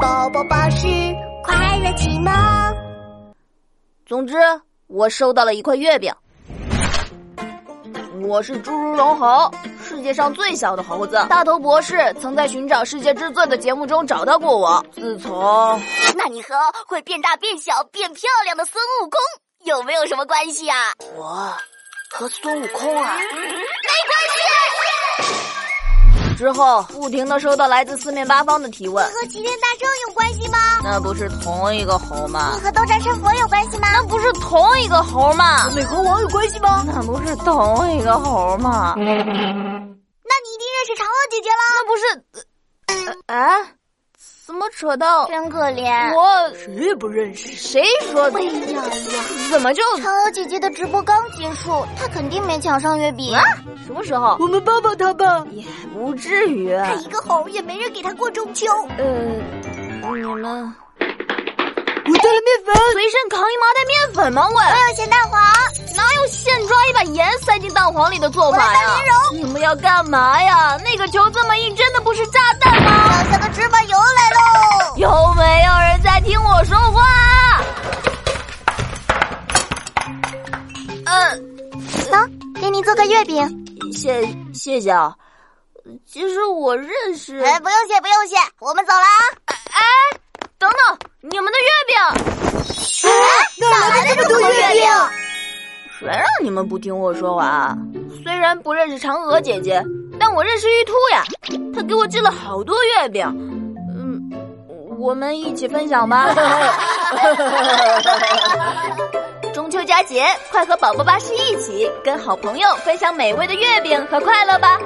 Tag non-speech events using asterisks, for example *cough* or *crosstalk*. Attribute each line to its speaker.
Speaker 1: 宝宝巴士快乐启蒙。
Speaker 2: 总之，我收到了一块月饼。我是侏儒龙猴，世界上最小的猴子。大头博士曾在《寻找世界之最》的节目中找到过我。自从
Speaker 1: 那你和会变大、变小、变漂亮的孙悟空有没有什么关系啊？
Speaker 2: 我和孙悟空啊，
Speaker 1: 没关系。
Speaker 2: 之后不停的收到来自四面八方的提问，
Speaker 1: 和齐天大圣有关系吗？
Speaker 2: 那不是同一个猴吗
Speaker 1: 你？和斗战胜佛有关系吗？
Speaker 2: 那不是同一个猴吗？
Speaker 1: 美猴王有关系吗？嗯
Speaker 2: 那不是同一个猴吗？
Speaker 1: 那你一定认识嫦娥姐姐了。
Speaker 2: 那不是，呃啊，怎么扯到
Speaker 1: 真可怜
Speaker 2: 我？谁不认识？谁说的
Speaker 1: 哎？呀呀！
Speaker 2: 怎么就
Speaker 1: 嫦娥姐姐的直播刚结束，她肯定没抢上月饼。
Speaker 2: 啊？什么时候？
Speaker 3: 我们帮帮他吧。
Speaker 2: 也不至于。
Speaker 1: 她一个猴也没人给她过中秋。
Speaker 2: 呃，你们
Speaker 3: 我带了面粉，
Speaker 2: 随身扛一麻袋面粉吗？喂，
Speaker 1: 我有咸蛋黄，
Speaker 2: 哪有现抓一把盐塞进蛋黄里的做
Speaker 1: 我
Speaker 2: 法
Speaker 1: 来
Speaker 2: 呀
Speaker 1: 当莲？
Speaker 2: 你们要干嘛呀？那个球这么硬，真的不是炸弹吗？
Speaker 1: 小小的芝麻油来喽。
Speaker 2: 有没有人在听我说话？呃，
Speaker 1: 啊，给你做个月饼。
Speaker 2: 谢谢谢啊。其实我认识
Speaker 1: 哎，不用谢，不用谢，我们走了啊。
Speaker 2: 等等，你们的月饼，
Speaker 1: 啊哪来的这么多月饼？
Speaker 2: 谁让你们不听我说话啊？虽然不认识嫦娥姐姐，但我认识玉兔呀，她给我寄了好多月饼。嗯，我们一起分享吧。 *laughs* 中秋佳节，快和宝宝巴士一起，跟好朋友分享美味的月饼和快乐吧。